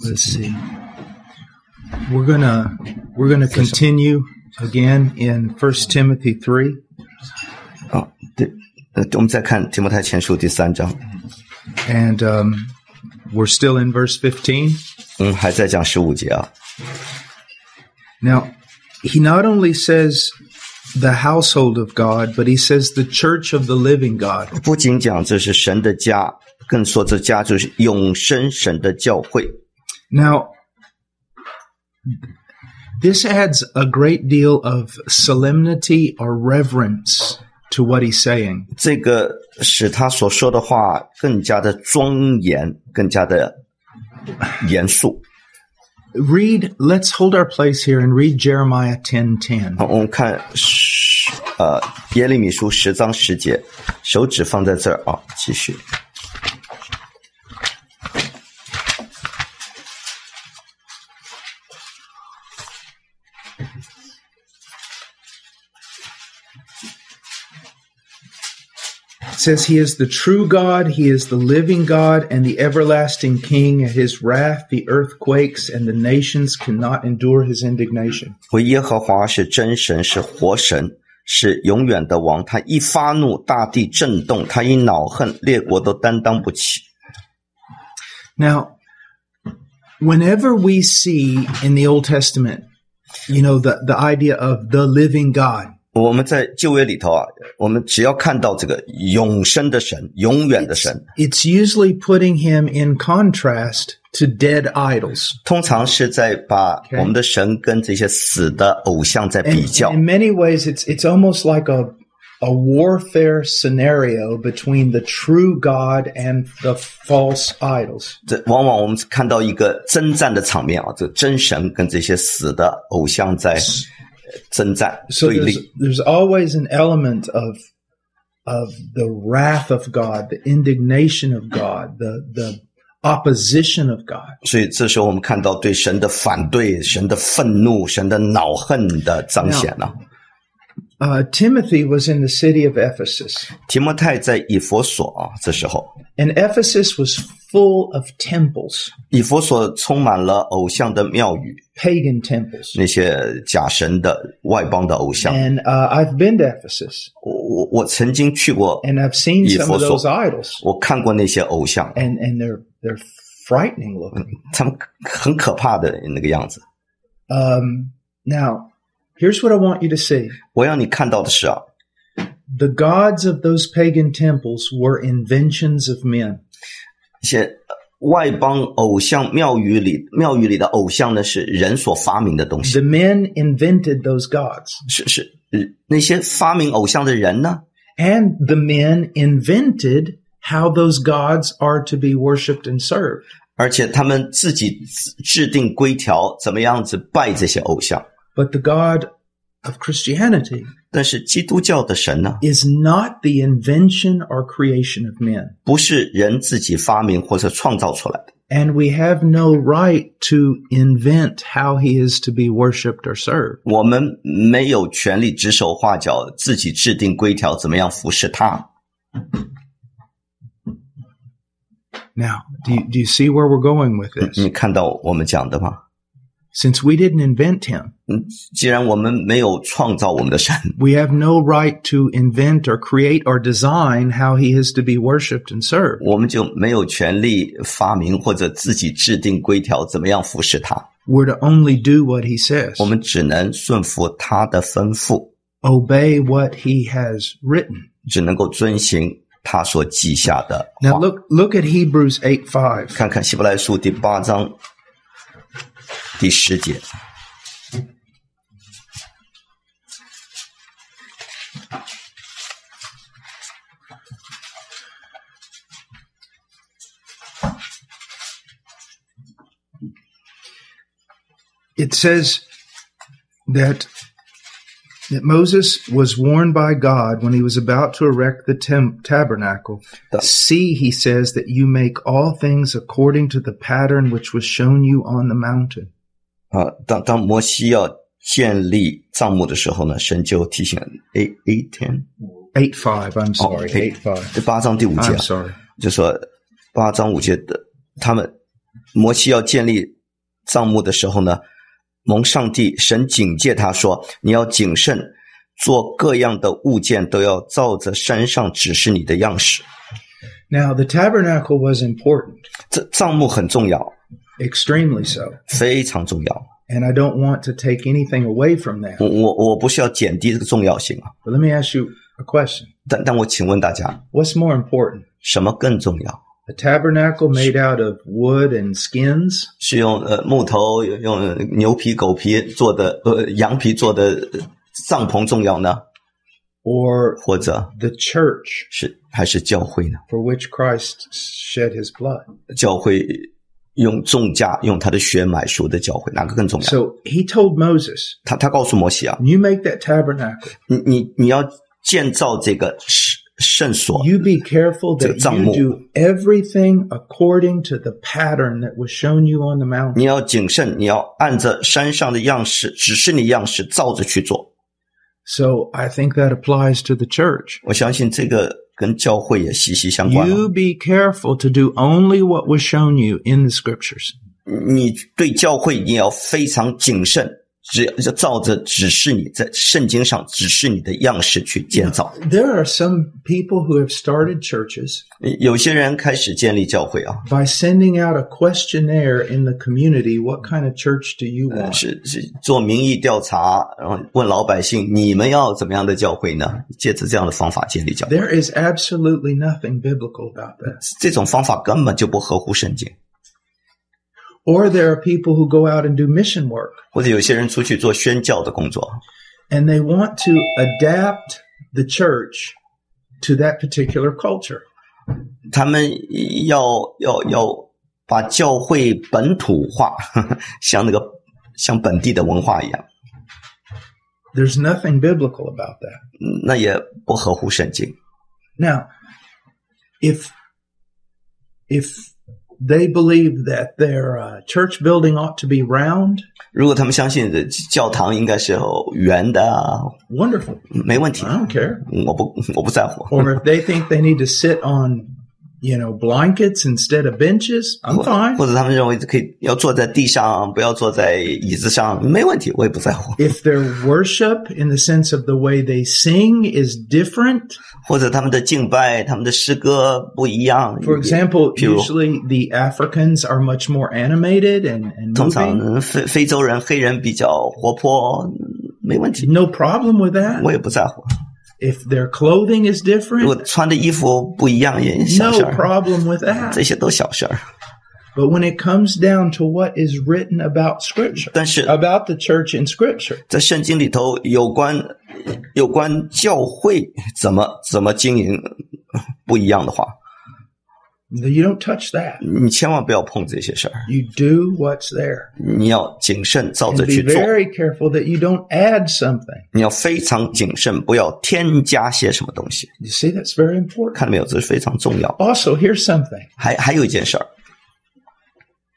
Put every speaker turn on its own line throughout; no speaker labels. let's see. We're gonna we're gonna continue again in First Timothy three.
啊，对，呃，我们再看提摩太前书第三章，
And um, we're still in verse 15.
嗯，还在讲十五节啊，
Now, he not only says the household of God, but he says the church of the living God.
不仅讲这是神的家，更说这家就是永生神的教会。
Now, this adds a great deal of solemnity or reverence to what he's saying.
这个使他所说的话更加的庄严，更加的严肃。
Read, let's hold our place here and read Jeremiah 10:10.
好，我们看十呃耶利米书十章十节，手指放在这儿啊，继续。
It says he is the true God, he is the living God and the everlasting king. At his wrath the earth quakes and the nations cannot endure his indignation.
为耶和华是真神，是活神，是永远的王。他一发怒，大地震动；他一恼恨，列国都担当不起。
Now, whenever we see in the Old Testament, you know, the, the idea of the living God,
我们在旧约里头啊，我们只要看到这个永生的神、永远的神，
it's usually putting him in contrast to dead idols.
通常是在把我们的神跟这些死的偶像在比
And
较。
in many ways, it's, it's almost like a, a warfare scenario between the true God and the false idols.
这往往我们看到一个征战的场面啊，这真神跟这些死的偶像在呃征战
So
对
there's,
立。
there's always an element of of the wrath of God, the indignation of God, the the opposition of God.
所以这时候我们看到对神的反对、神的愤怒、神的恼恨的彰显了、
uh, Timothy was in the city of Ephesus,
提摩太在以佛所啊，这时候
and Ephesus was full of temples,
以佛所充满了偶像的庙宇，
pagan temples.
那些假神的外邦的偶像。
And uh, I've been to Ephesus,
我我我曾经去过，
and I've seen some of
以弗所。
those idols,
我看过那些偶像，
and and they're they're frightening looking.
他们很可怕的那个样子。
Um, now, here's what I want you to see:
我让你看到的是啊，
the gods of those pagan temples were inventions of men.
一些外邦偶像庙宇里，庙宇里的偶像呢是人所发明的东西，
The men invented those gods,
是是嗯那些发明偶像的人呢，
and the men invented how those gods are to be worshipped and served.
而且他们自己制制定规条，怎么样子拜这些偶像。
But the God of Christianity
但是基督教的神呢，
is not the invention or creation of men.
不是人自己发明或者创造出来的，
And we have no right to invent how he is to be worshiped or served.
我们没有权利指手画脚，自己制定规条，怎么样服侍他。
Now, do you, do you see where we're going with this?
你看到我们讲的吗？
Since we didn't invent him,
嗯，既然我们没有创造我们的神，
we have no right to invent or create or design how he is to be worshiped and served.
我们就没有权利发明或者自己制定规条，怎么样服侍他。
We're to only do what he says,
我们只能顺服他的吩咐，
obey what he has written.
只能够遵行他所记下的
Now
话。
look look at Hebrews 8 5.
看看希伯来书第八章第十节，
it says that that Moses was warned by God when he was about to erect the tem- tabernacle.
The-
See, he says that you make all things according to the pattern which was shown you on the mountain.
啊，当当摩西要建立帐幕的时候呢，神就提醒 A A 天
Eight five. I'm sorry.
okay.
Eight five.
第八章第五节啊，
I'm sorry.
就说八章五节的他们摩西要建立葬墓的时候呢，蒙上帝神警戒他说：“你要谨慎，做各样的物件都要照着山上指示你的样式。
Now, the tabernacle was important, ”
这葬墓很重要，
extremely so.
非常重要。
And I don't want to take anything away from that.
我我我不是要减低这个重要性啊，
But let me ask you a question
但但我请问大家，
What's more important?
什么更重要？
A tabernacle made out of wood and skins,
是用呃木头、用牛皮、狗皮做的，呃羊皮做的呃帐篷重要呢，
or
或者
the church
是还是教会呢？
for which Christ shed his blood?
教会用重价用他的血买赎的教会，哪个更重要？
So he told Moses,
他他告诉摩西啊，
You make that tabernacle.
你你你要建造这个圣圣所，
You be careful that you
这个帐幕。
do everything according to the pattern that was shown you on the mountain.
你要谨慎，你要按着山上的样式，指示你样式，照着去做。
So I think that applies to the church.
我相信这个跟教会也息息相关、啊
You be careful to do only what was shown you in the scriptures.
你对教会你要非常谨慎，只要照着指示你在圣经上指示你的样式去建造。
There are some people who have started churches
有些人开始建立教会啊，
by sending out a questionnaire in the community what kind of church do you want?
呃是是做民意调查，然后问老百姓你们要怎么样的教会呢？借着这样的方法建立教会，
There is absolutely nothing biblical about that.
这种方法根本就不合乎圣经。
Or there are people who go out and do mission work
或者有些人出去做宣教的工作，
and they want to adapt the church to that particular culture.
他们要要要把教会本土化， 像那个像本地的文化一样。
There's nothing biblical about that.
那也不合乎圣经。
Now, if if they believe that their uh, church building ought to be round,
如果他们相信教堂应该是圆的啊，
wonderful.
没问题，
I don't care.
我不我不在乎。
Or if they think they need to sit on, you know, blankets instead of benches, I'm
或
fine.
或者他们认为可以要坐在地上，不要坐在椅子上，没问题，我也不在乎。
If their worship, in the sense of the way they sing, is different,
或者他们的敬拜、他们的诗歌不一样。
for example,
譬如
usually the Africans are much more animated and, and
通常
moving.
嗯非非洲人、黑人比较活泼，嗯没问题，
No problem with
我
that.
也不在乎。
If their clothing is
如果
different,
穿的衣服不一样，也小事
嗯 no
儿，
problem with that.
这些都小事儿。
But when it comes down to what is written about Scripture,
但是
about the church in Scripture,
在圣经里头有关有关教会怎么怎么经营不一样的话，
you don't touch that.
你千万不要碰这些事儿，
You do what's there.
你要谨慎照
And
着
be
去做，
very careful that you don't add something.
你要非常谨慎，不要添加些什么东西。
You see, that's very important.
看到没有，这是非常重要。
Also, here's something.
还还有一件事儿，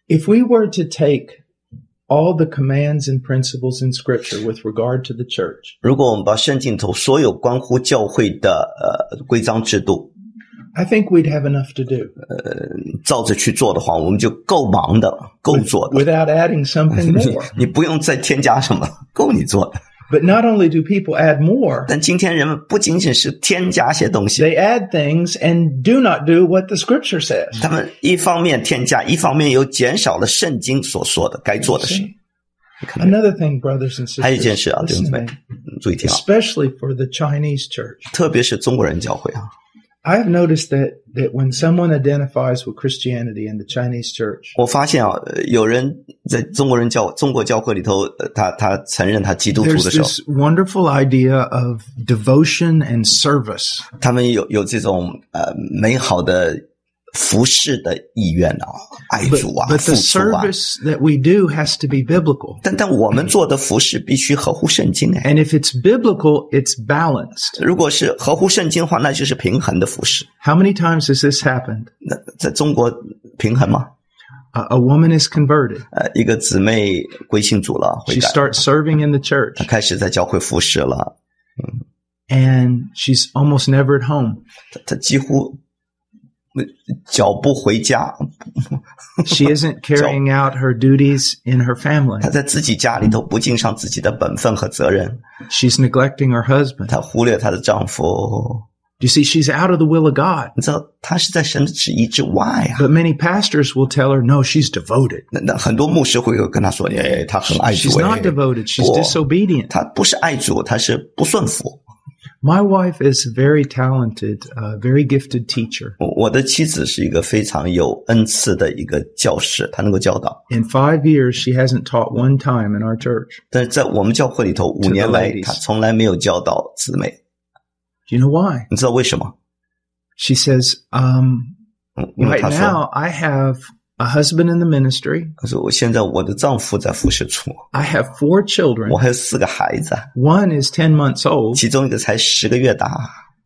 If we were to take all the commands and principles in Scripture with regard to the church,
如果我们把圣经里头所有关乎教会的呃规章制度
I think we'd have enough to do
照着去做的话，我们就够忙的了，够做的。
without adding something
你
more.
你不用再添加什么，够你做的。
But not only do people add more,
但今天人们不仅仅是添加些东西，
they add things and do not do what the Scripture says.
他们一方面添加，一方面又减少了圣经所说的该做的事。
See? Another thing, brothers and
还有一件
sisters,
事啊，弟兄
listen
姊
to
妹，
me,
嗯注意听啊，
especially for the Chinese church.
特别是中国人教会啊，
I've noticed that, that when someone identifies with Christianity in the Chinese church,
我发现啊，呃有人在中国人教中国教会里头，呃他他承认他基督徒
there's
的时候，
this wonderful idea of devotion and service.
他们有有这种呃美好的服侍的意愿啊，爱
But,
主啊，
but
付
the
出啊。
service 嗯 that we do has to be biblical.
但但我们做的服侍必须合乎圣经哎，
And if it's biblical, it's balanced.
如果是合乎圣经的话，那就是平衡的服侍。
How many times has this happened?
那在中国平衡吗？
A, a woman is converted.
呃，一个姊妹归信主了，悔
She
改，
starts serving in the church
她开始在教会服侍了，
and she's almost never at home.
她她几乎脚不回家，
She isn't carrying out her duties in her family.
他在自己家里头不尽上自己的本分和责任，
She's neglecting her husband.
她忽略她的丈夫。
You see, she's out of the will of God.
你知道，她是在神的旨意之外啊。
But many pastors will tell her, no, she's devoted.
那那很多牧师会跟她说：“哎，她很爱主
She's
哎
not devoted. She's
我
disobedient.
她不是爱主，她是不顺服。
My wife is a very talented, uh, very gifted teacher.
我”我的妻子是一个非常有恩赐的一个教师，她能够教导。
In five years, she hasn't taught one time in our church.
但是在我们教会里头，五
To the
年来
ladies
她从来没有教导姊妹。
Do you know why?
你知道为什么？
She says, um,
嗯，因为
right
她说
now I have a husband in the ministry.：“
她说我现在我的丈夫在服侍主，
I have four children.
我还有四个孩子，
One is 10 months old.
其中一个才十个月大。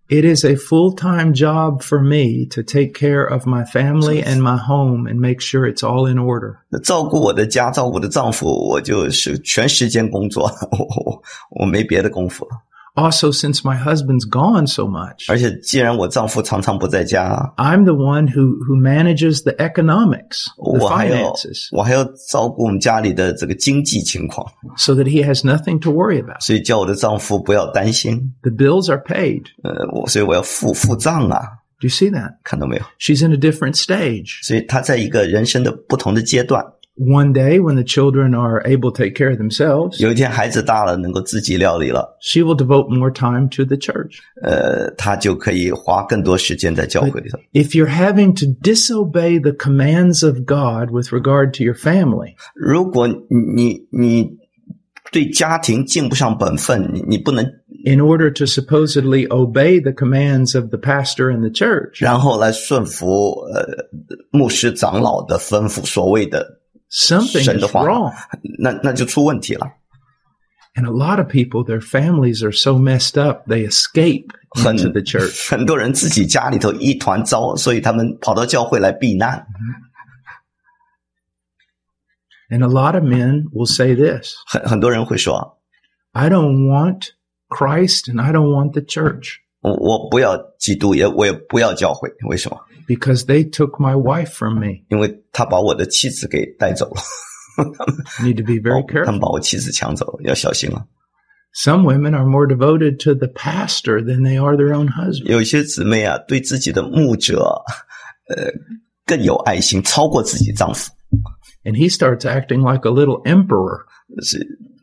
It is a full time job for me to take care of my family and my home and make sure it's all in order.
照顾我的家，照顾我的丈夫，我就是全时间工作，我我我没别的功夫了。
Also, since my husband's gone so much,
而且既然我丈夫常常不在家，
I'm the one who, who manages the economics, the
我还要
finances,
我还要照顾我们家里的这个经济情况，
so that he has nothing to worry about.
所以叫我的丈夫不要担心。
The bills are paid.
呃，我所以我要付付账啊，
Do you see that?
看到没有？
She's in a different stage.
所以他在一个人生的不同的阶段，
One day, when the children are able to take care of themselves,
有一天孩子大了，能够自己料理了，
she will devote more time to the church.
呃，他就可以花更多时间在教会里头。
If you're having to disobey the commands of God with regard to your family,
如果你你你对家庭尽不上本分，你你不能，
in order to supposedly obey the commands of the pastor and the church.
然后来顺服呃牧师长老的吩咐，所谓的
Something is
神的话。
wrong.
那那就出问题了。
And a lot of people, their families are so messed up, they escape
很
into the church.
很多人自己家里头一团糟，所以他们跑到教会来避难。
And a lot of men will say this
很很多人会说
I don't want Christ and I don't want the church：“
我我不要基督，也我也不要教会，为什么？
because they took my wife from me.
因为他把我的妻子给带走了，
Need to be very
他
careful.
们把我妻子抢走了，要小心了。
Some women are more devoted to the pastor than they are their own husband.
有些姊妹啊，对自己的牧者，呃，更有爱心，超过自己丈夫。
And he starts acting like a little emperor.
是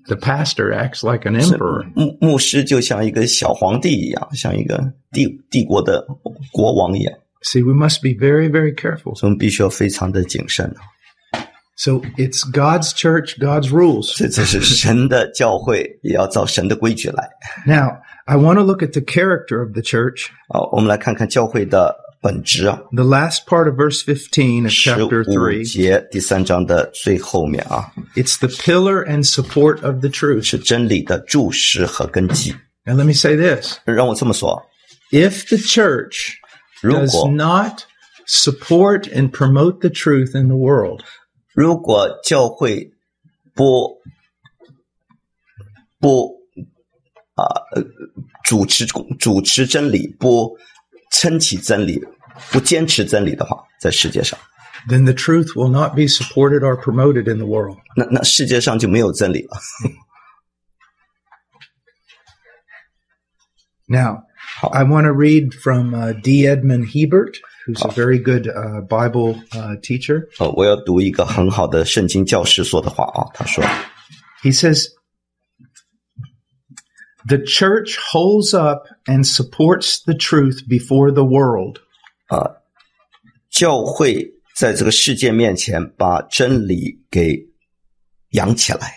The pastor acts like an emperor.
牧牧师就像一个小皇帝一样，像一个帝帝国的国王一样，
See, we must be very, very careful.
所以我们必须要非常的谨慎。
So it's God's church, God's rules.
这这是神的教会，也要照神的规矩来
Now, I want to look at the character of the church.
啊。我们来看看教会的本质啊，
The last part of verse 15 of
十
chapter
五
3.
节第三章的最后面啊，
It's the pillar and support of the truth.
是真理的注释和根基。
Now, let me say this
让我这么说，
if the church
如
does
果
not support and promote the truth in the world,
如果教会不不啊、呃主持主持真理，不撑起真理，不坚持真理的话，在世界上，
then the truth will not be supported or promoted in the world.
那那世界上就没有真理了。
Now,
Oh.
I want to read from uh, D. Edmund Hebert, who's a very good uh, Bible uh, teacher.
呃，我要读一个很好的圣经教师说的话啊，他说
He says, The church holds up and supports the truth before the world.
教会在这个世界面前把真理给扬起来，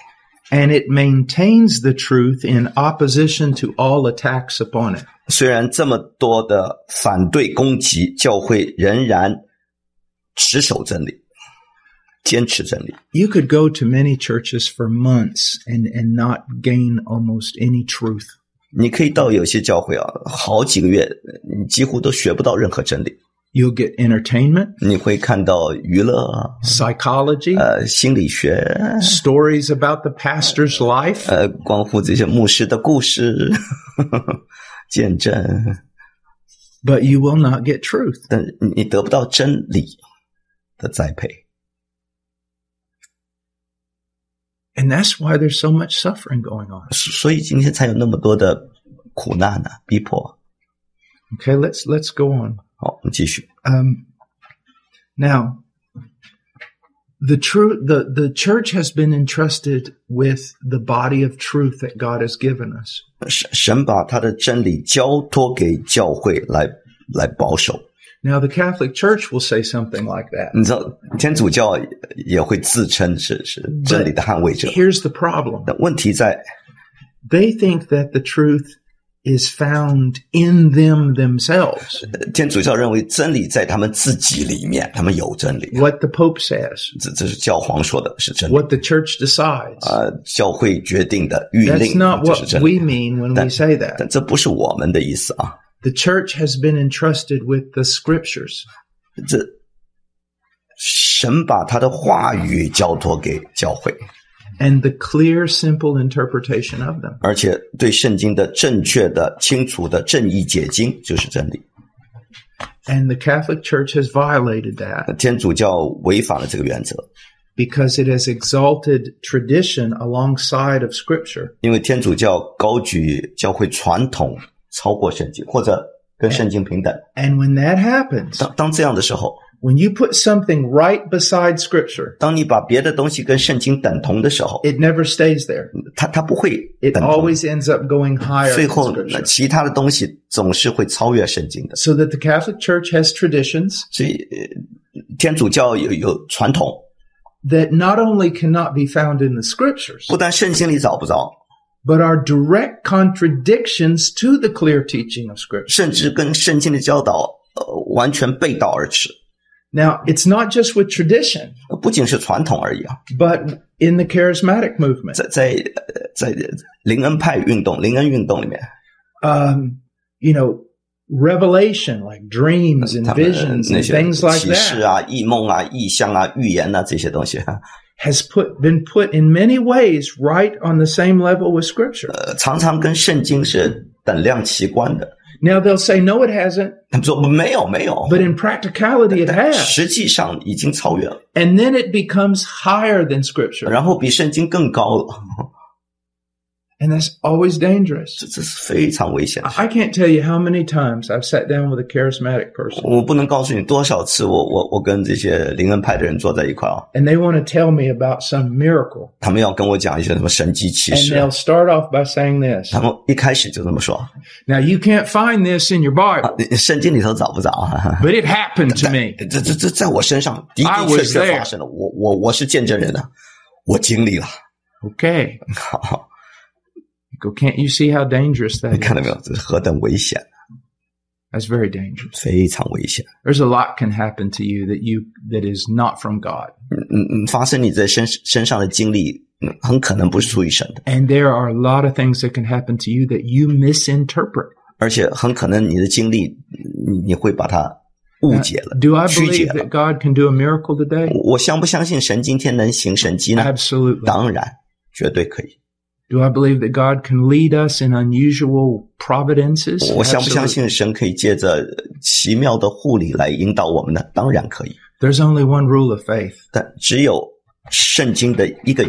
And it maintains the truth in opposition to all attacks upon it.
虽然这么多的反对攻击，教会仍然持守真理，坚持真理。
You could go to many churches for months and, and not gain almost any truth.
你可以到有些教会啊，好几个月，你几乎都学不到任何真理。
You'll get entertainment,
你会看到娱乐啊，
psychology,
呃，心理学，
stories about the pastor's life.
呃， 关乎这些牧师的故事、见证。
but you will not get truth.
但你你得不到真理的栽培。
And that's why there's so much suffering going on.
所以今天才有那么多的苦难呢、逼迫。啊
Okay, let's let's go on.
好，我们继续。
Um, now, the true the the church has been entrusted with the body of truth that God has given us.
神神把他的真理交托给教会来来保守。
Now, the Catholic Church will say something like that.
你知道，天主教也会自称是是真理的捍卫者。
Here's the problem:
但问题在，
they think that the truth is found in them themselves,
呃天主教认为真理在他们自己里面，他们有真理。
what the Pope says,
这这是教皇说的，是真理。
what the Church decides.
呃，教会决定的谕
That's
令
not
这是
what
真
we
理，
mean when we
That-
say that.
但这不是我们的意思啊。
The church has been entrusted with the scriptures.
这神把他的话语交托给教会，
and the clear, simple interpretation of them.
而且对圣经的正确的、清楚的正义解经就是真理。
And the Catholic Church has violated that
天主教违反了这个原则，
because it has exalted tradition alongside of Scripture.
因为天主教高举教会传统超过圣经，或者跟圣经平等。
And when that happens,
当当这样的时候，
when you put something right beside Scripture,
当你把别的东西跟圣经等同的时候，
it never stays there.
它它不会
It
等同。
always ends up going higher
最
than
后，那
Scripture.
其他的东西总是会超越圣经的。
So that the Catholic Church has traditions
所以，呃天主教有有传统，
that not only cannot be found in the Scriptures,
不但圣经里找不着，
but are direct contradictions to the clear teaching of Scripture.
甚至跟圣经的教导呃完全背道而驰。
Now, it's not just with tradition.
不仅是传统而已啊，
but in the charismatic movement,
在在呃在灵恩派运动、灵恩运动里面，
um, you know, revelation like dreams and
他们呃
visions
那
and
些
things like
启示
that
啊、异梦啊、异象啊、预言啊这些东西，
has put been put in many ways right on the same level with scripture.
呃，常常跟圣经是等量齐观的。
Now they'll say no, it hasn't,
他们说没有没有，
but in practicality it
但
has,
实际上已经超越了，
and then it becomes higher than scripture,
然后比圣经更高了，
and that's always dangerous.
这这是非常危险的。
I I can't tell you how many times I've sat down with a charismatic person
我不能告诉你多少次我我我跟这些灵恩派的人坐在一块啊，
and they want to tell me about some miracle,
他们要跟我讲一些什么神机骑
and
士啊，
they'll start off by saying this.
他们一开始就这么说，
Now you can't find this in your
啊
Bible,
你圣经里头找不着啊，
but it happened to me.
这这这在我身上的
I
的
was
确确
there.
发生了，我我我是见证人啊，我经历了，
Okay.
好，
Go, can't you see how dangerous that
你看到没
is?
有，这是何等危险，
That's very dangerous.
非常危险。
There's a lot can happen to you that you that is not from God.
嗯嗯，嗯，发生你在身身上的经历，嗯，很可能不是出于神的，
And there are a lot of things that can happen to you that you misinterpret.
而且很可能你的经历，你你会把它误解了。
Do I
曲解
believe
了。
that God can do a miracle today?
我我相不相信神今天能行神迹呢？
Absolutely.
当然，绝对可以。
Do I believe that God can lead us in unusual providences?
我相不相
Absolutely.
信神可以借着奇妙的护理来引导我们呢？当然可以，
There's only one rule of faith.
但只有圣经的一个，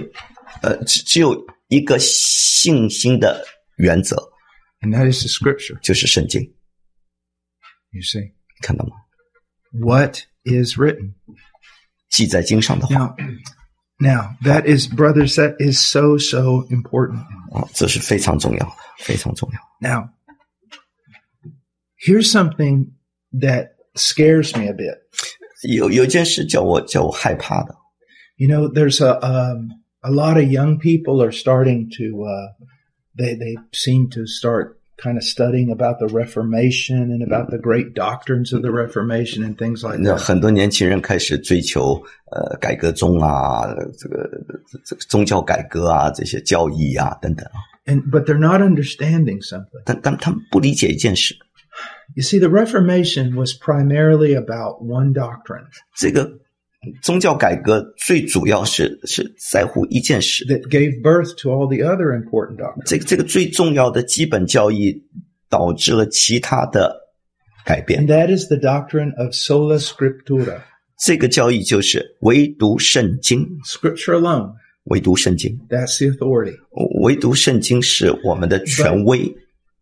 呃，只只有一个信心的原则，
And that is the scripture,
就是圣经，
you see.
看到吗？
What is written?
记在经上的话，
Now, now that is, brothers, that is so so important.
啊，这是非常重要的，非常重要。
Now, here's something that scares me a bit.
有有一件事叫我叫我害怕的，
You know, there's a um, a lot of young people are starting to uh, they they seem to start kind of studying about the Reformation and about the great doctrines of the Reformation and things like
那
that.
很多年轻人开始追求呃改革宗啊，这个这个宗教改革啊，这些教义啊等等啊，
And but they're not understanding something.
但但他们不理解一件事，
You see, the Reformation was primarily about one doctrine
这个宗教改革最主要是是在乎一件事，
that gave birth to all the other important doctrines.
这个这个最重要的基本教义导致了其他的改变
And。that is the doctrine of sola scriptura,
这个教义就是唯独圣经，
scripture alone.
唯独圣经，
That's the authority.
唯独圣经是我们的权威。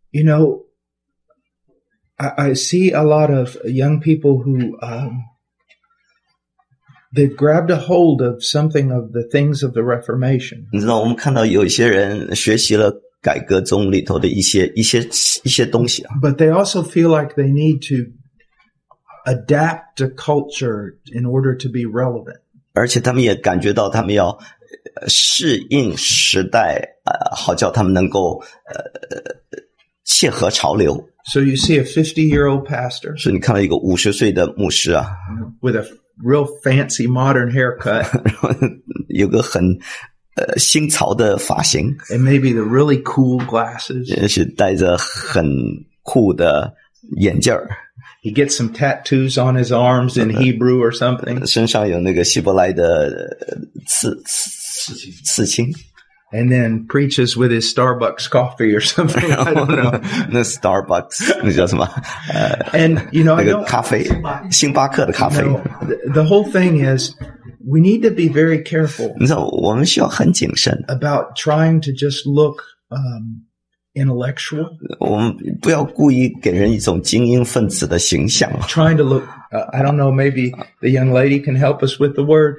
You know, I, I see a lot of young people who um, they've grabbed a hold of something of the things of the Reformation.
你知道，我们看到有一些人学习了改革宗里头的一些一些一些东西啊，
but they also feel like they need to adapt to culture in order to be relevant.
而且他们也感觉到他们要呃适应时代，呃，好叫他们能够呃切合潮流。
So you see a 50 year old pastor
所以你看到一个五十岁的牧师啊，
with a real fancy modern haircut
然后有个很呃新潮的发型，
and maybe the really cool glasses.
也是戴着很酷的眼镜儿，
He gets some tattoos on his arms in Hebrew or something.
身上有那个希伯来的呃刺刺刺刺青，
And then preaches with his Starbucks coffee or something.
然
I
后
don't
呢
know.，
那 Starbucks 那叫什么？ 呃，
And, you know,
那
I
个
don't.
咖啡，星巴克的咖啡。
No, the, the whole thing is we need to be very careful
你知道，我们需要很谨慎，
about trying to just look um, intellectual.
我们不要故意给人一种精英分子的形象。
trying to look. Uh, I don't know. Maybe the young lady can help us with the word.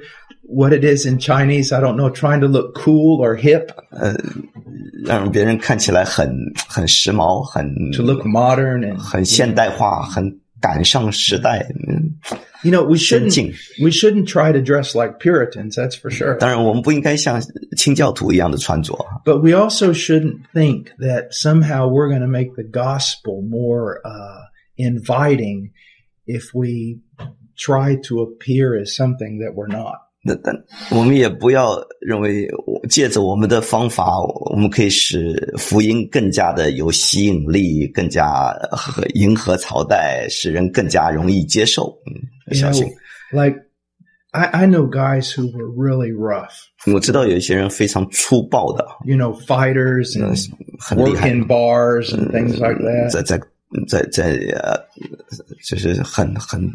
What it is in Chinese, I don't know. Trying to look cool or hip,
让别人看起来很很时髦，很
to look modern, and
很现代化，很赶上时代。嗯，
you know we shouldn't
先进。
we shouldn't try to dress like Puritans. That's for sure.
当然，我们不应该像清教徒一样的穿着，啊
But we also shouldn't think that somehow we're going to make the gospel more uh, inviting if we try to appear as something that we're not.
那但我们也不要认为我借着我们的方法，我们可以使福音更加的有吸引力，更加和迎合朝代，使人更加容易接受。嗯，
You
相
know,
信
like I, I know guys who were really rough.
我知道有一些人非常粗暴的，
you know, fighters and
很厉
work
害，
in bars and things like
在
that.
在在在呃，就是很很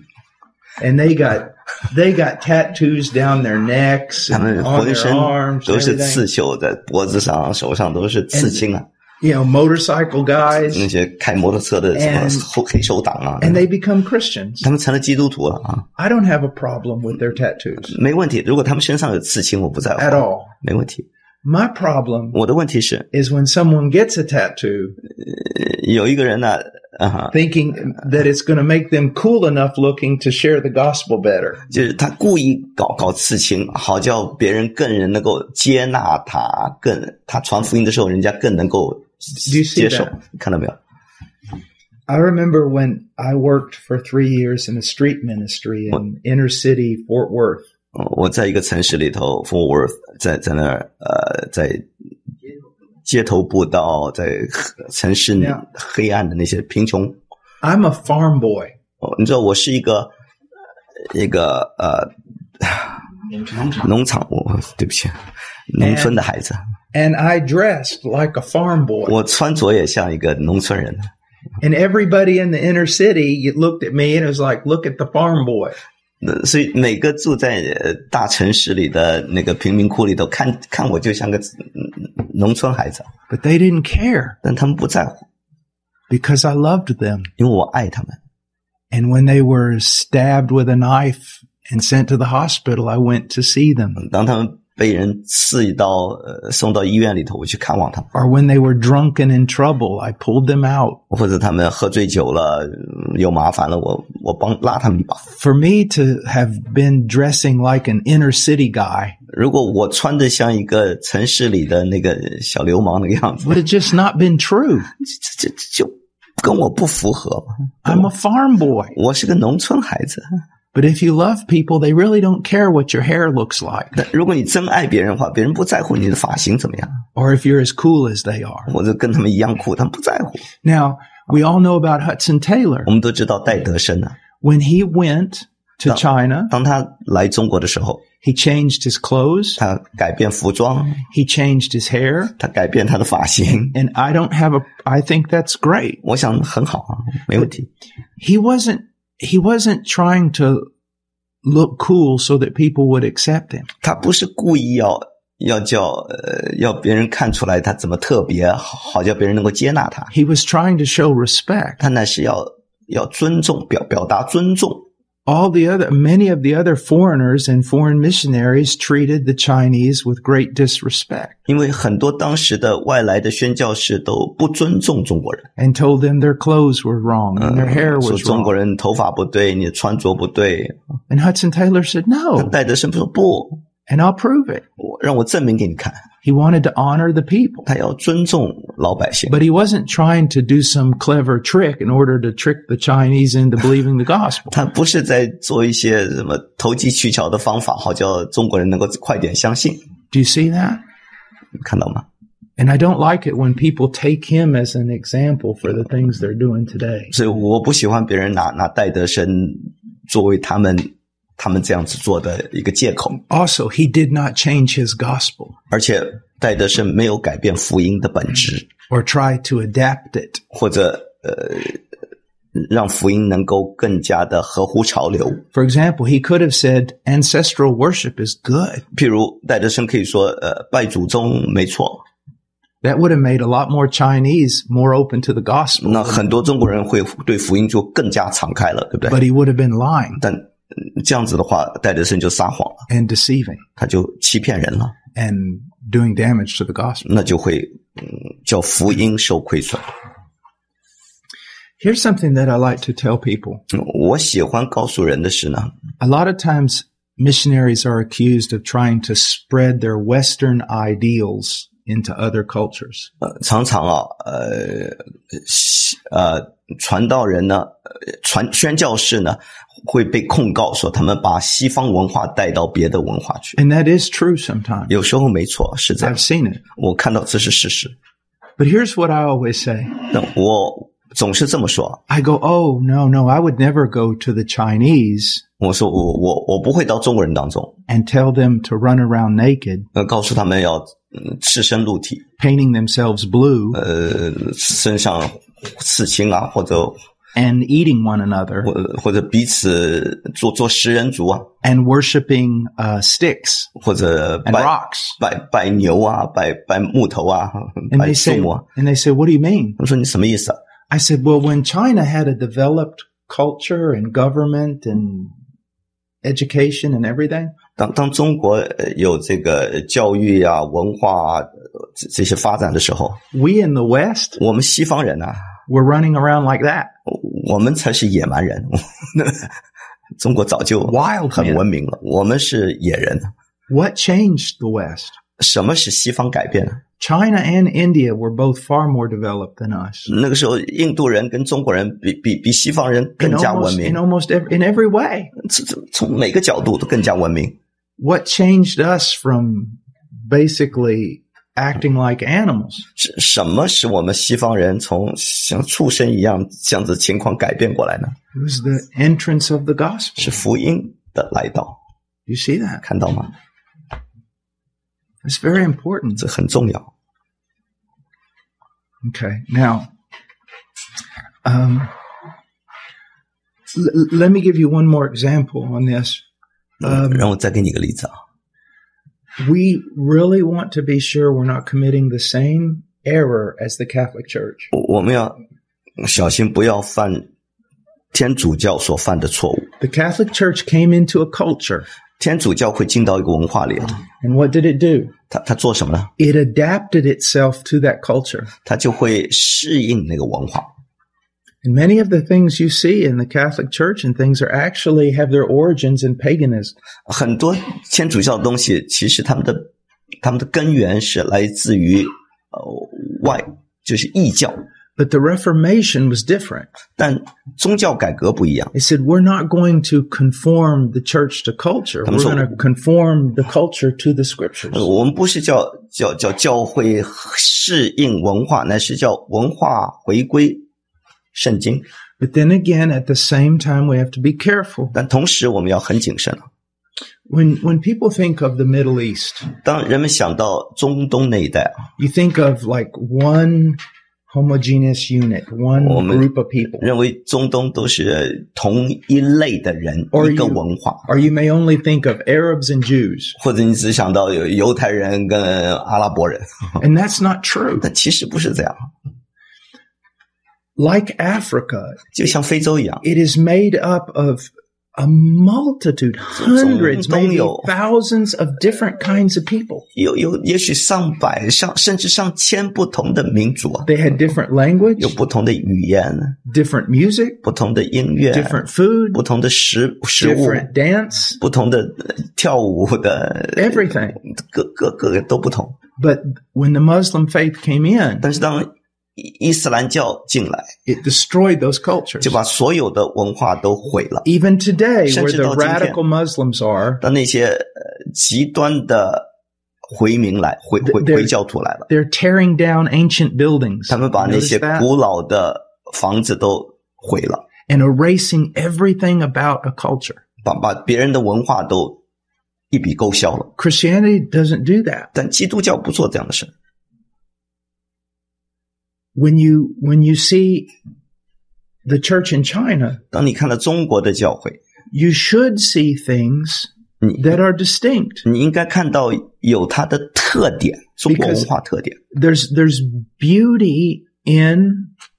And they got they got tattoos down their necks
他
and
们
on
浑
their
身
arms,
都
and
是刺
everything.
绣，在脖子上、手上都是刺青啊。
You know, motorcycle
那
guys,
些开摩托车的什么
And-
后黑手党啊，
and they become Christians.
他们成了基督徒了啊，
I don't have a problem with their tattoos
没问题。如果他们身上有刺青，我不在
at
乎，
all.
没问题。
My problem
我的问题是，
is when someone gets a tattoo
呃有一个人呢，啊哈，
thinking that it's going to make them cool enough looking to share the gospel better.
就是他故意搞搞刺青，好叫别人更人能够接纳他，更他传福音的时候，人家更能够
Do you see
接受
that？。
看到没有？
I remember when I worked for three years in a street ministry in inner city Fort Worth.
呃我在一个城市里头，Fort Worth，在在那儿，呃，在街头步道，在城市
那样
黑暗的那些贫穷
I'm a farm boy.
哦，你知道我是一个一个呃农场，我对不起，农村的孩子，
And I dressed like a farm boy.
我穿着也像一个农村人。
And everybody in the inner city looked at me and it was like, look at the farm boy.
那呃所以每个住在呃大城市里的那个贫民窟里头，看看我就像个嗯农村孩子，
But they didn't care
但他们不在乎，
because I loved them.
因为我爱他们。
And when they were stabbed with a knife and sent to the hospital, I went to see them.
当他们被人刺到呃送到医院里头，我去看望他们，
Or when they were drunk and in trouble, I pulled them out.
或者他们喝醉酒了嗯有麻烦了，我我帮拉他们一把。
For me to have been dressing like an inner city guy
如果我穿的像一个城市里的那个小流氓那个样子，
would have just not been true.
这这这就跟我不符合。
I'm a farm boy.
我是个农村孩子，
But if you love people, they really don't care what your hair looks like.
但如果你真爱别人的话，别人不在乎你的发型怎么样，
or if you're as cool as they are.
或者跟他们一样酷，他们不在乎。
Now, we all know about Hudson Taylor.
我们都知道戴德生啊，
When he went to
No.
China,
当他来中国的时候，
He changed his clothes.
他改变服装，
He changed his hair.
他改变他的发型。
And I don't have a, I think that's great.
我想很好啊，没问题。
He wasn't, he wasn't trying to look cool so that people would accept him.
他不是故意要要叫呃要别人看出来他怎么特别，好好叫别人能够接纳他。
He was trying to show respect.
他呢是要要尊重，表表达尊重。
All the other, many of the other foreigners and foreign missionaries treated the Chinese with great disrespect
因为很多当时的外来的宣教士都不尊重中国人，
and told them their clothes were wrong and their hair
说
was
中国
wrong.
人头发不对，你穿着不对。
And Hudson Taylor said,
他
no,
戴德生说不，
and I'll prove it.
我让我证明给你看。
He wanted to honor the people.
他要尊重老百姓，
But he wasn't trying to do some clever trick in order to trick the Chinese into believing the gospel.
他不是在做一些什么投机取巧的方法，好叫中国人能够快点相信。
Do you see that?
你看到吗？
And I don't like it when people take him as an example for the things they're doing today.
所以我不喜欢别人拿拿戴德生作为他们他们这样子做的一个借口，
Also, he did not change his gospel
而且戴德生没有改变福音的本质，
or try to adapt it.
或者呃让福音能够更加的合乎潮流。
For example, he could have said, ancestral worship is good.
譬如戴德生可以说，呃，拜祖宗没错，
That would have made a lot more Chinese more open to the gospel,
那很多中国人会对福音就更加敞开了，对不对？
but he would have been lying
但嗯这样子的话，戴德生就撒谎了，
and deceiving
他就欺骗人了，
and doing damage to the gospel.
那就会嗯叫福音受亏损。
Here's something that I like to tell people.
嗯我喜欢告诉人的是呢，
A lot of times, missionaries are accused of trying to spread their Western ideals into other cultures.
呃，常常啊，呃，西呃，传道人呢，呃传宣教士呢，会被控告说他们把西方文化带到别的文化去。
And that is true sometimes.
有时候没错，是这样
I've。seen it.
我看到这是事实，
But here's what I always say
但我总是这么说。
I go, oh, no, no, I would never go to the Chinese
我说我我我不会到中国人当中，
and tell them to run around naked,
呃，告诉他们要嗯赤身露体，
painting themselves blue
呃，身上刺青啊，或者
and eating one another
或或者彼此做做食人族啊，
and worshiping uh, sticks
或者
and
拜
rocks.
拜拜牛啊，拜拜木头啊，
And
拜
they
树
say,
木啊。
and they say, what do you mean?
他们说你什么意思啊？
I said, well, when China had a developed culture and government and education and everything,
当当中国呃有这个教育啊、文化啊呃这这些发展的时候，
we in the West
我们西方人啊，
were running around like that.
我们才是野蛮人。 中国早就
Wild
很
men.
文明了，我们是野人。
What changed the West?
什么是西方改变呢？
China and India were both far more developed than us
那个时候，印度人跟中国人比比比西方人
in
更加文
almost,
明
in，almost every, in every way.
这这从每个角度都更加文明。
What changed us from basically acting like animals
是什么使我们西方人从像畜生一样这样子情况改变过来呢？
It was the entrance of the gospel.
是福音的来到，
You see that?
看到吗？
It's very important.
这很重要。
Okay. Now, um, l- l- let me give you one more example on this.
嗯
Um,，
让我再给你一个例子啊，
We really want to be sure we're not committing the same error as the Catholic Church.
我我们要小心不要犯天主教所犯的错误。
The Catholic Church came into a culture,
天主教会进到一个文化里，
and what did it do?
他他做什么呢？
It adapted itself to that culture.
他就会适应那个文化。
And many of the things you see in the Catholic Church and things are actually have their origins in paganism.
很多天主教的东西，其实他们的他们的根源是来自于呃外，就是异教。
But the Reformation was different.
但宗教改革不一样，
They said, we're not going to conform the church to culture.
I'm
We're
sorry.
going to conform the culture to the
呃
scriptures.
我们不是叫叫叫教会适应文化，乃是叫文化回归圣经。
But then again, at the same time, we have to be careful.
但同时，我们要很谨慎啊，
when when people think of the Middle East,
当人们想到中东那一带啊，
you think of like one homogeneous unit, one
Well, I mean-
group of people.
认为中东都是同一类的人，
Or
一个
you-
文化，
Or you may only think of Arabs and Jews.
或者你只想到有犹太人跟阿拉伯人，
And that's not true.
但其实不是这样，
Like Africa,
就像非洲一样，
it is made up of a multitude, hundreds, maybe
总有-
thousands of different kinds of people.
有有也许上百上甚至上千不同的民族啊，
They had different
有
language,
不同的语言，
different music,
不同的音乐，
different food,
不同的食食物，
different dance,
不同的呃跳舞的
everything.
各各各个都不同。
But when the Muslim faith came in,
但是当伊伊斯兰教进来，
it destroyed those cultures.
就把所有的文化都毁了。
Even today, where the
甚至到今天。
radical Muslims are,
当那些呃极端的回民来，回回
There-
回教徒来了，
they're tearing down ancient buildings
他们把那
Notice
些
that?
古老的房子都毁了，
and erasing everything about a culture.
把把别人的文化都一笔勾销了。
Christianity doesn't do that.
但基督教不做这样的事。
When you when you see the church in China,
当你看到中国的教会，
you should see things
你
that are distinct.
你应该看到有它的特点，中国
Because-
文化特点，
There's there's beauty in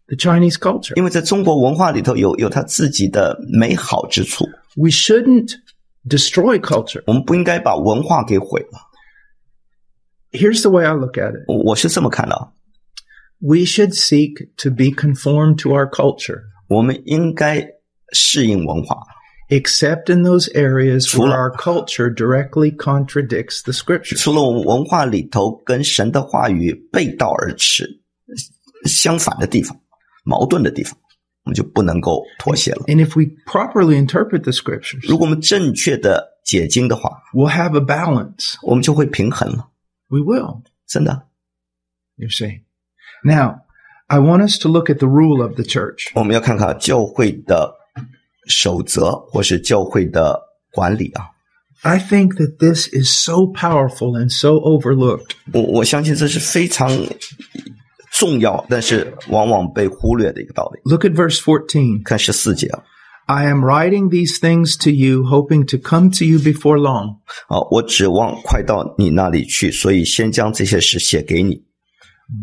the Chinese culture.
因为在中国文化里头有有它自己的美好之处。
We shouldn't destroy culture.
我们不应该把文化给毁了。
Here's the way I look at it.
我我是这么看的啊，
We should seek to be conformed to our culture,
我们应该适应文化，
except in those areas where
除了-
our culture directly contradicts the scriptures.
除了我们文化里头跟神的话语背道而驰、相反的地方、矛盾的地方，我们就不能够妥协了。
And if we properly interpret the scriptures,
如果我们正确的解经的话，
we'll have a balance.
我们就会平衡了。
We will,
真的，
you see. Now, I want us to look at the rule of the church.
我们要看看教会的守则或是教会的管理啊。
I think that this is so powerful and so overlooked.
我我相信这是非常重要，但是往往被忽略的一个道理。
Look at verse 14.
看十四节啊，
I am writing these things to you, hoping to come to you before long.
啊，我指望快到你那里去，所以先将这些事写给你。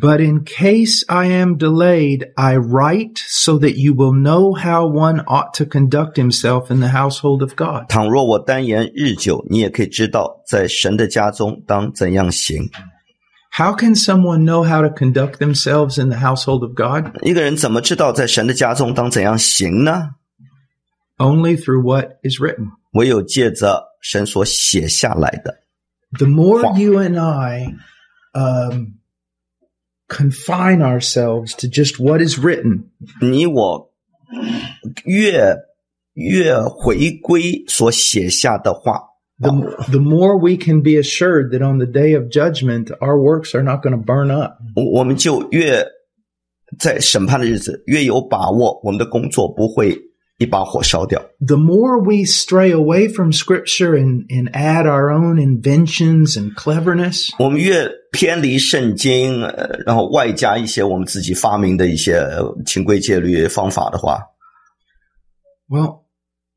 But in case I am delayed, I write so that you will know how one ought to conduct himself in the household of God.
倘若我单言日久，你也可以知道，在神的家中当怎样行。
How can someone know how to conduct themselves in the household of God?
一个人怎么知道在神的家中当怎样行呢？
Only through what is written.
唯有借着神所写下来的。
The more
Wow.
you and I um, confine ourselves to just what is written,
你我越越回归所写下的话，
the, the more we can be assured that on the day of judgment, our works are not going to burn up.
我我们就越在审判的日子越有把握，我们的工作不会一把火烧掉。
the more we stray away from scripture and, and add our own inventions and cleverness,
我们越偏离圣经，呃然后外加一些我们自己发明的一些呃清规戒律方法的话，
well,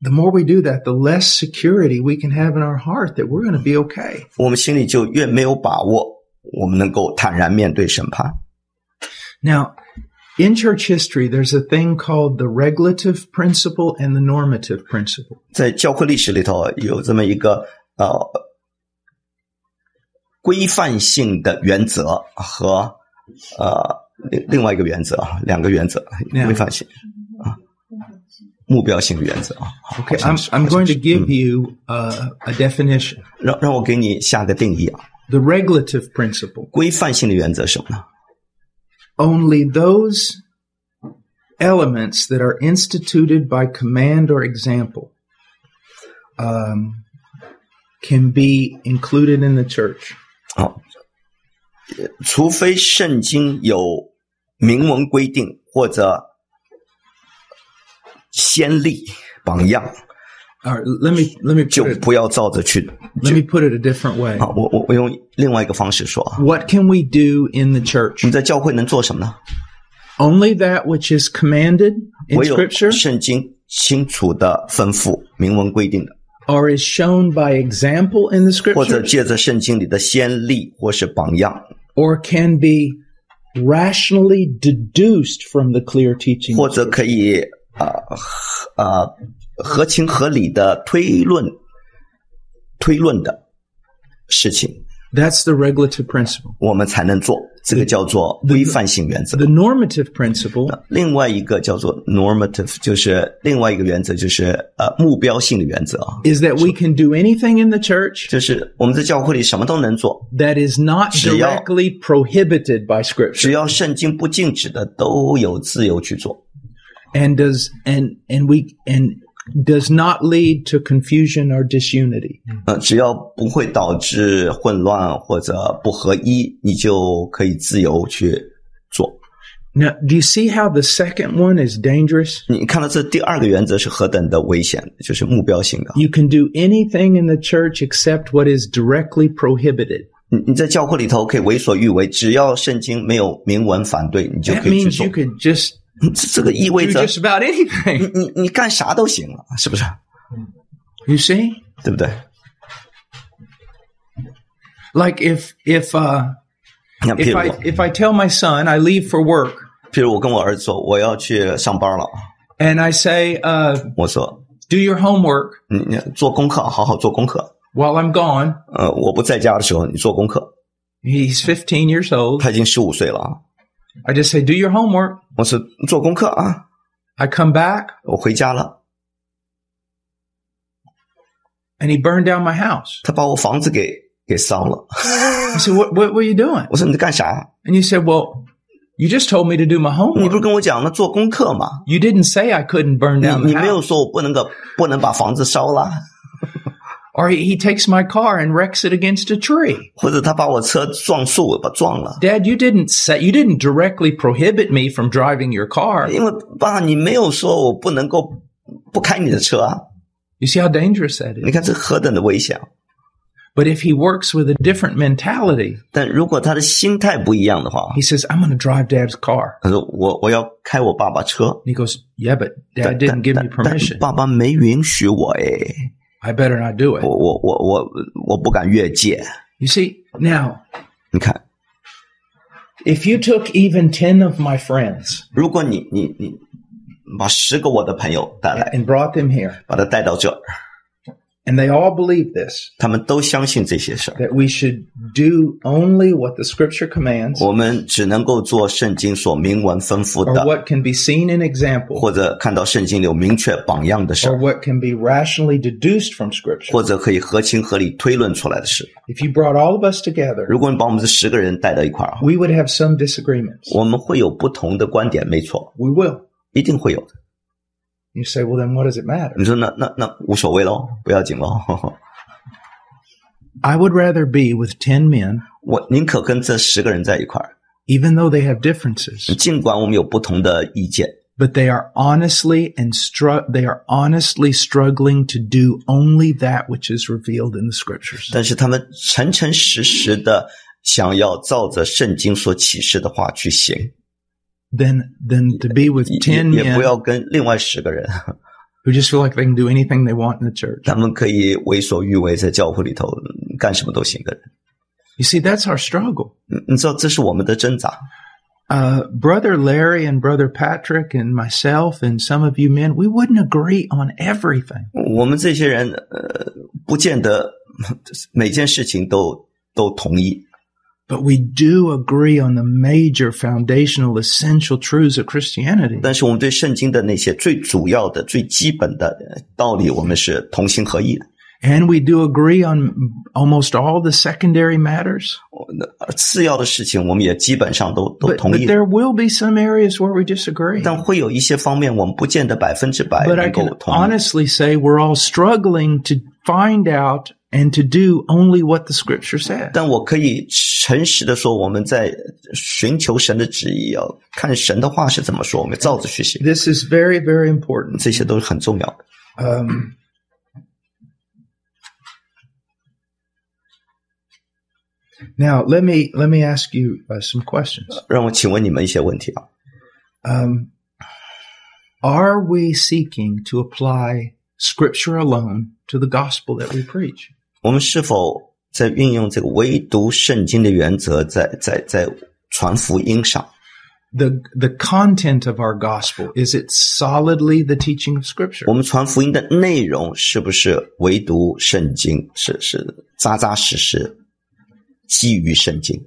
the more we do that, the less security we can have in our heart that we're going to be okay.
我们心里就越没有把握，我们能够坦然面对审判。
Now, in church history, there's a thing called the regulative principle and the normative principle.
在教会历史里头有这么一个呃规范性的原则和呃另另外一个原则啊，两个原则，
Yeah.
规范性啊，目标性原则啊。
Okay, I'm, I'm going to give you uh, a definition.
让让我给你下个定义啊，
The regulative principle
规范性的原则是什么呢？
only those elements that are instituted by command or example um, can be included in the church.
啊，呃除非圣经有明文规定或者先例榜样，
All right, let me let me
就
put it,
不要照着去。
let me put it a different way.
啊，我我我用另外一个方式说啊，
What can we do in the
我
church?
们在教会能做什么呢？
Only that which is commanded
唯
in
有
Scripture
圣经清楚的吩咐、明文规定的，
or is shown by example in the
或者
Scripture
借着圣经里的先例或是榜样，
or can be rationally deduced from the clear teaching.
或
of
者
Scripture.
可以呃合呃合情合理的推论推论的事情，
That's the regulative principle.
我们才能做。这个叫做规范性原则。
The normative principle
另外一个叫做 normative，就是另外一个原则，就是呃目标性的原则啊，
is that we can do anything in the church
就是我们在教会里什么都能做，
that is not
只要-
directly prohibited by Scripture.
只要圣经不禁止的都有自由去做，
and does and and we and does not lead to confusion or disunity.
呃，只要不会导致混乱或者不合一，你就可以自由去做。
Now, do you see how the second one is dangerous?
你看到这第二个原则是何等的危险，就是目标性的。
You can do anything in the church except what is directly prohibited.
你你在教会里头可以为所欲为，只要圣经没有明文反对，你就
That
可以去
means
做
you。could just
这这个意味
do
着
just about
你
anything.
你你干啥都行了，是不是？
You see?
对不对？
Like if if uh
你看，譬
if
如
I
我，
if I tell my son I leave for work
譬如我跟我儿子说我要去上班了，
and I say uh
我说
do your homework
你你做功课，好好做功课。
while I'm gone.
呃，我不在家的时候你做功课。
He's 15 years old.
他已经十五岁了啊，
I just say do your homework.
我说做功课啊，
I come back
我回家了。
and he burned down my house.
他把我房子给给烧了。
I said, what, what were you doing?
我说你在干啥？
And you said, well, you just told me to do my
你不是
homework.
跟我讲了做功课吗？
You didn't say I couldn't burn
你
down
你
the
没有
house.
说我不能个不能把房子烧了，
Or he, he takes my car and wrecks it against a tree.
或者他把我车撞树把撞了，
Dad, you didn't say, you didn't directly prohibit me from driving your car.
因为爸你没有说我不能够不开你的车啊，
You see how dangerous that
你
is.
看这何等的危险啊！
But if he works with a different mentality,
但如果他的心态不一样的话
he，says, I'm going to drive dad's car.
他说我我要开我爸爸车，
And he goes, yeah, but
但
dad didn't
但
give
但
me
但
permission.
爸爸没允许我哎，
I better not do it.
我我我我我不敢越界。
You see, now,
你看，
if you took even 10 of my friends
如果你你你把十个我的朋友带来，
and brought them here,
把他带到这儿，
and they all believe this
他们都相信这些事儿。
that we should do only what the scripture commands
我们只能够做圣经所明文吩咐
or
的，
what can be seen in example
或者看到圣经里有明确榜样的事
or
儿，
what can be rationally deduced from scripture
或者可以合情合理推论出来的事。
if you brought all of us together
如果你把我们这十个人带到一块儿啊，
we would have some disagreements
我们会有不同的观点，没错，
we will
一定会有的。
you say well then what does it matter
你说那那那无所谓喽，不要紧喽。
i would rather be with 10 men
我宁可跟这十个人在一块儿，
even though they have differences
尽管我们有不同的意见，
but they are honestly and stru- they are honestly struggling to do only that which is revealed in the scriptures
但是他们诚诚实实的想要照着圣经所启示的话去行，
then then to be with
也
10
也不
men
要跟另外十个人。
who just feel like they can do anything they want in the church
他们可以为所欲为，在教会里头嗯干什么都行的人。
You see, that's our struggle.
你你知道这是我们的挣扎。
Uh, Brother Larry and Brother Patrick and myself and some of you men, we wouldn't agree on everything.
我们这些人，呃，不见得每件事情都都同意，
But we do agree on the major foundational essential truths of Christianity.
但是我们对圣经的那些最主要的、最基本的呃道理，我们是同心合意的。
And we do agree on almost all the secondary matters.
我呃次要的事情，我们也基本上都都
But,
同
but
意。
there will be some areas where we disagree.
但会有一些方面，我们不见得百分之百
But I
能够
can
同意。
honestly say we're all struggling to find out and to do only what the scripture says.
但我可以诚实的说，我们在寻求神的旨意，要看神的话是怎么说，我们照着去行。
This is very, very important.
这些都是很重要的。
um, Now, let me let me ask you uh, some questions.
让我请问你们一些问题啊，
Um, are we seeking to apply Scripture alone to the gospel that we preach?
我们是否在运用这个唯独圣经的原则在，在在传福音上？
The the content of our gospel is it solidly the teaching of Scripture?
我们传福音的内容是不是唯独圣经？是是扎扎实实基于圣经？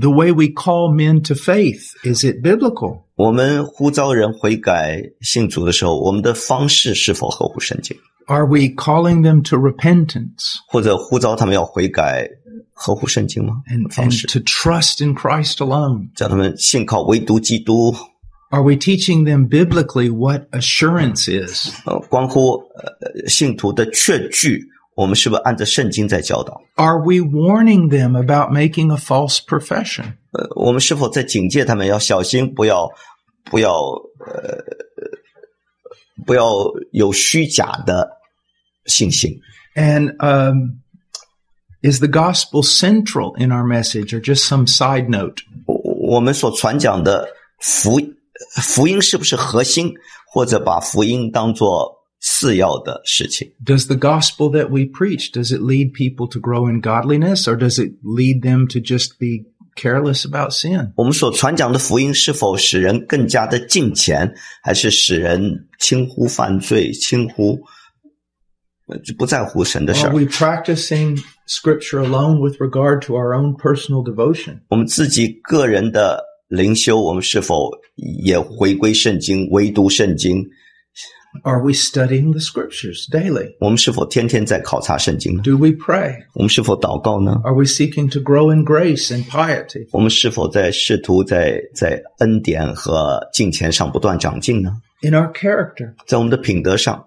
The way we call men to faith is it biblical?
我们呼召人悔改信主的时候，我们的方式是否合乎圣经？
Are we calling them to repentance
或者呼召他们要悔改合乎圣经吗
and,？
方
and
式
to trust in Christ alone?
叫他们信靠唯独基督，
Are we teaching them biblically what assurance is?
呃，关乎呃信徒的确据，我们是不是按照圣经在教导？
Are we warning them about making a false profession?
呃，我们是否在警戒他们要小心，不要不要呃不要有虚假的信心？
And um, is the gospel central in our message or just some side note?
我我们所传讲的福福音是不是核心，或者把福音当做次要的事情？
Does the gospel that we preach, does it lead people to grow in godliness or does it lead them to just be careless about sin?
我们所传讲的福音是否使人更加的敬虔，还是使人轻忽犯罪、轻忽呃就不在乎神的事
Are
儿？
we practicing scripture alone with regard to our own personal devotion?
我们自己个人的灵修，我们是否也回归圣经，唯独圣经？
Are we studying the scriptures daily?
我们是否天天在考察圣经呢？
Do we pray?
我们是否祷告呢？
Are we seeking to grow in grace and piety?
我们是否在试图在在恩典和敬虔上不断长进呢？
In our character,
在我们的品德上，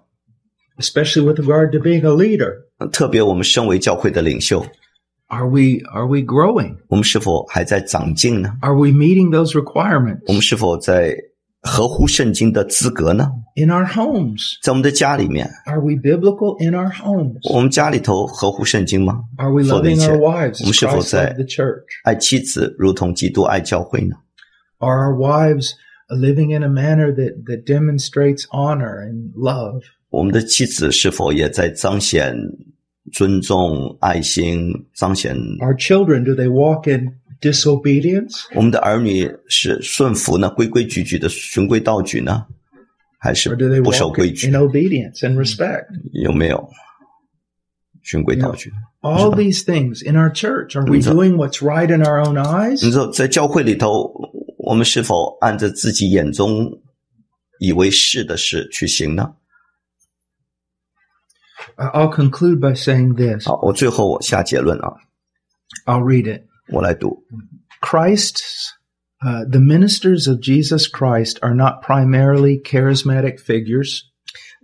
especially with regard to being a leader,
呃特别我们身为教会的领袖，
are we are we growing?
我们是否还在长进呢？
Are we meeting those requirements
我们是否在合乎圣经的资格呢？
in our homes?
在我们的家里面，
Are we biblical in our homes?
我们家里头合乎圣经吗？
Are we
做的一
loving
切
our wives
我
as
们是否
Christ
在
loved the church?
爱妻子如同基督爱教会呢？
Are our wives living in a manner that, that demonstrates honor and love?
我们的妻子是否也在彰显尊重、爱心，彰显
Our children, do they walk in disobedience
我们的儿女是顺服呢，规规矩矩的循规蹈矩呢，还是
or do they
不守
walk
规
in,
矩
in？obedience and respect?
有没有循规蹈矩？
All these things in our church, are we
Mm-hmm.
doing what's right in our own eyes?
你说在教会里头，我们是否按着自己眼中以为是的事去行呢？
I- I'll conclude by saying this.
好，我最后我下结论啊，
I'll read it.
我来读。
Christ's, uh, the ministers of Jesus Christ are not primarily charismatic figures,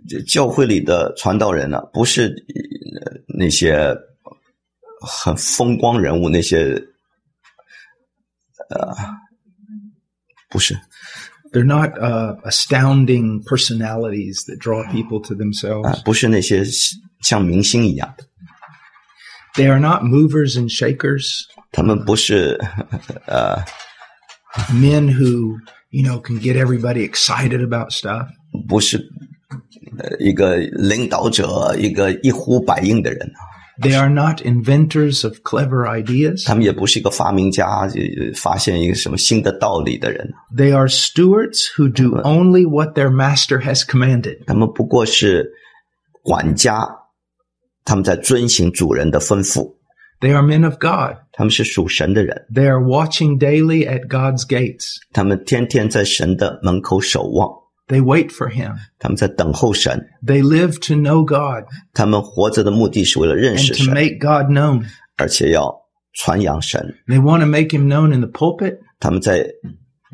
这教会里的传道人呢、不是呃那些很风光人物，那些呃，不是，
they're not uh, astounding personalities that draw people to
啊、
themselves.
不是那些像明星一样的，
They are not movers and shakers,
他们不是 呃，
men who, you know, can get everybody excited about stuff.
不是呃一个领导者，一个一呼百应的人，啊
They are not inventors of clever ideas.
他们也不是一个发明家，就发现一个什么新的道理的人，啊
They are stewards who do only what their master has commanded.
他们不过是管家，他们在遵行主人的吩咐。
They are men of God.
他们是属神的人，
They are watching daily at God's gates.
他们天天在神的门口守望，
They wait for him.
他们在等候神，
They live to know God
他们活着的目的是为了认
and
识
to
神，
make God known.
而且要传扬神。
They want to make him known in the pulpit,
他们在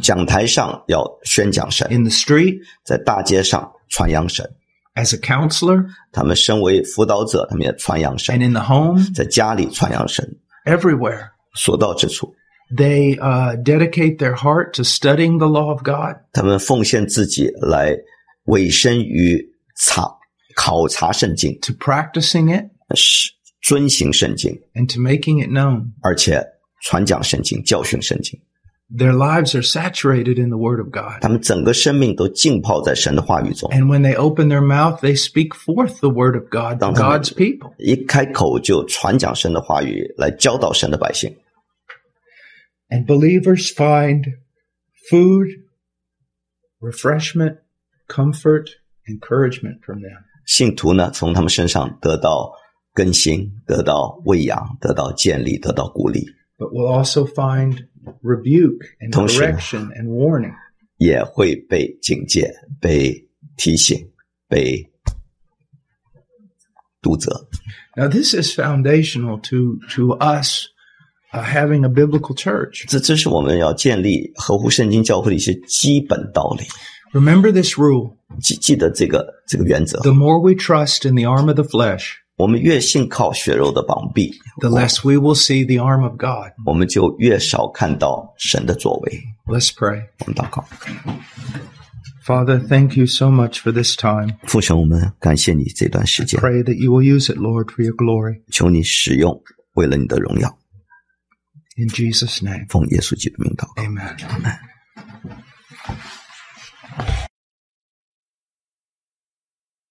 讲台上要宣讲神，
in the street,
在大街上传扬神。
as a counselor,
他们身为辅导者，他们也传扬神
and，in the home,
在家里传扬神，
everywhere.
所到之处，
They uh, dedicate their heart to studying the law of God.
他们奉献自己来委身于查考察圣经，
to practicing it
是遵行圣经，
and to making it known.
而且传讲圣经、教训圣经，
Their lives are saturated in the Word of God.
他们整个生命都浸泡在神的话语中，
And when they open their mouth, they speak forth the Word of God to
Don't-
God's people.
一开口就传讲神的话语来教导神的百姓。
And believers find food, refreshment, comfort, encouragement from them.
信徒呢，从他们身上得到更新，得到喂养，得到建立，得到鼓励，
But we'll also find rebuke and
Don't share.
correction and warning.
也会被警戒、被提醒、被读者。
Now, this is foundational to, to us uh, having a biblical church.
这这是我们要建立合乎圣经教会的一些基本道理。
Remember this rule
记记得这个这个原则，
the more we trust in the arm of the flesh,
我们越信靠血肉的膀臂，
the less we will see the arm of God.
我们就越少看到神的作为。
Let's pray.
我们祷告，
Father, thank you so much for this time.
父神，我们感谢你这段时间，
Pray that you will use it, Lord, for your glory.
求你使用，为了你的荣耀，
In Jesus' name.
奉耶稣基督的名祷告。
Amen.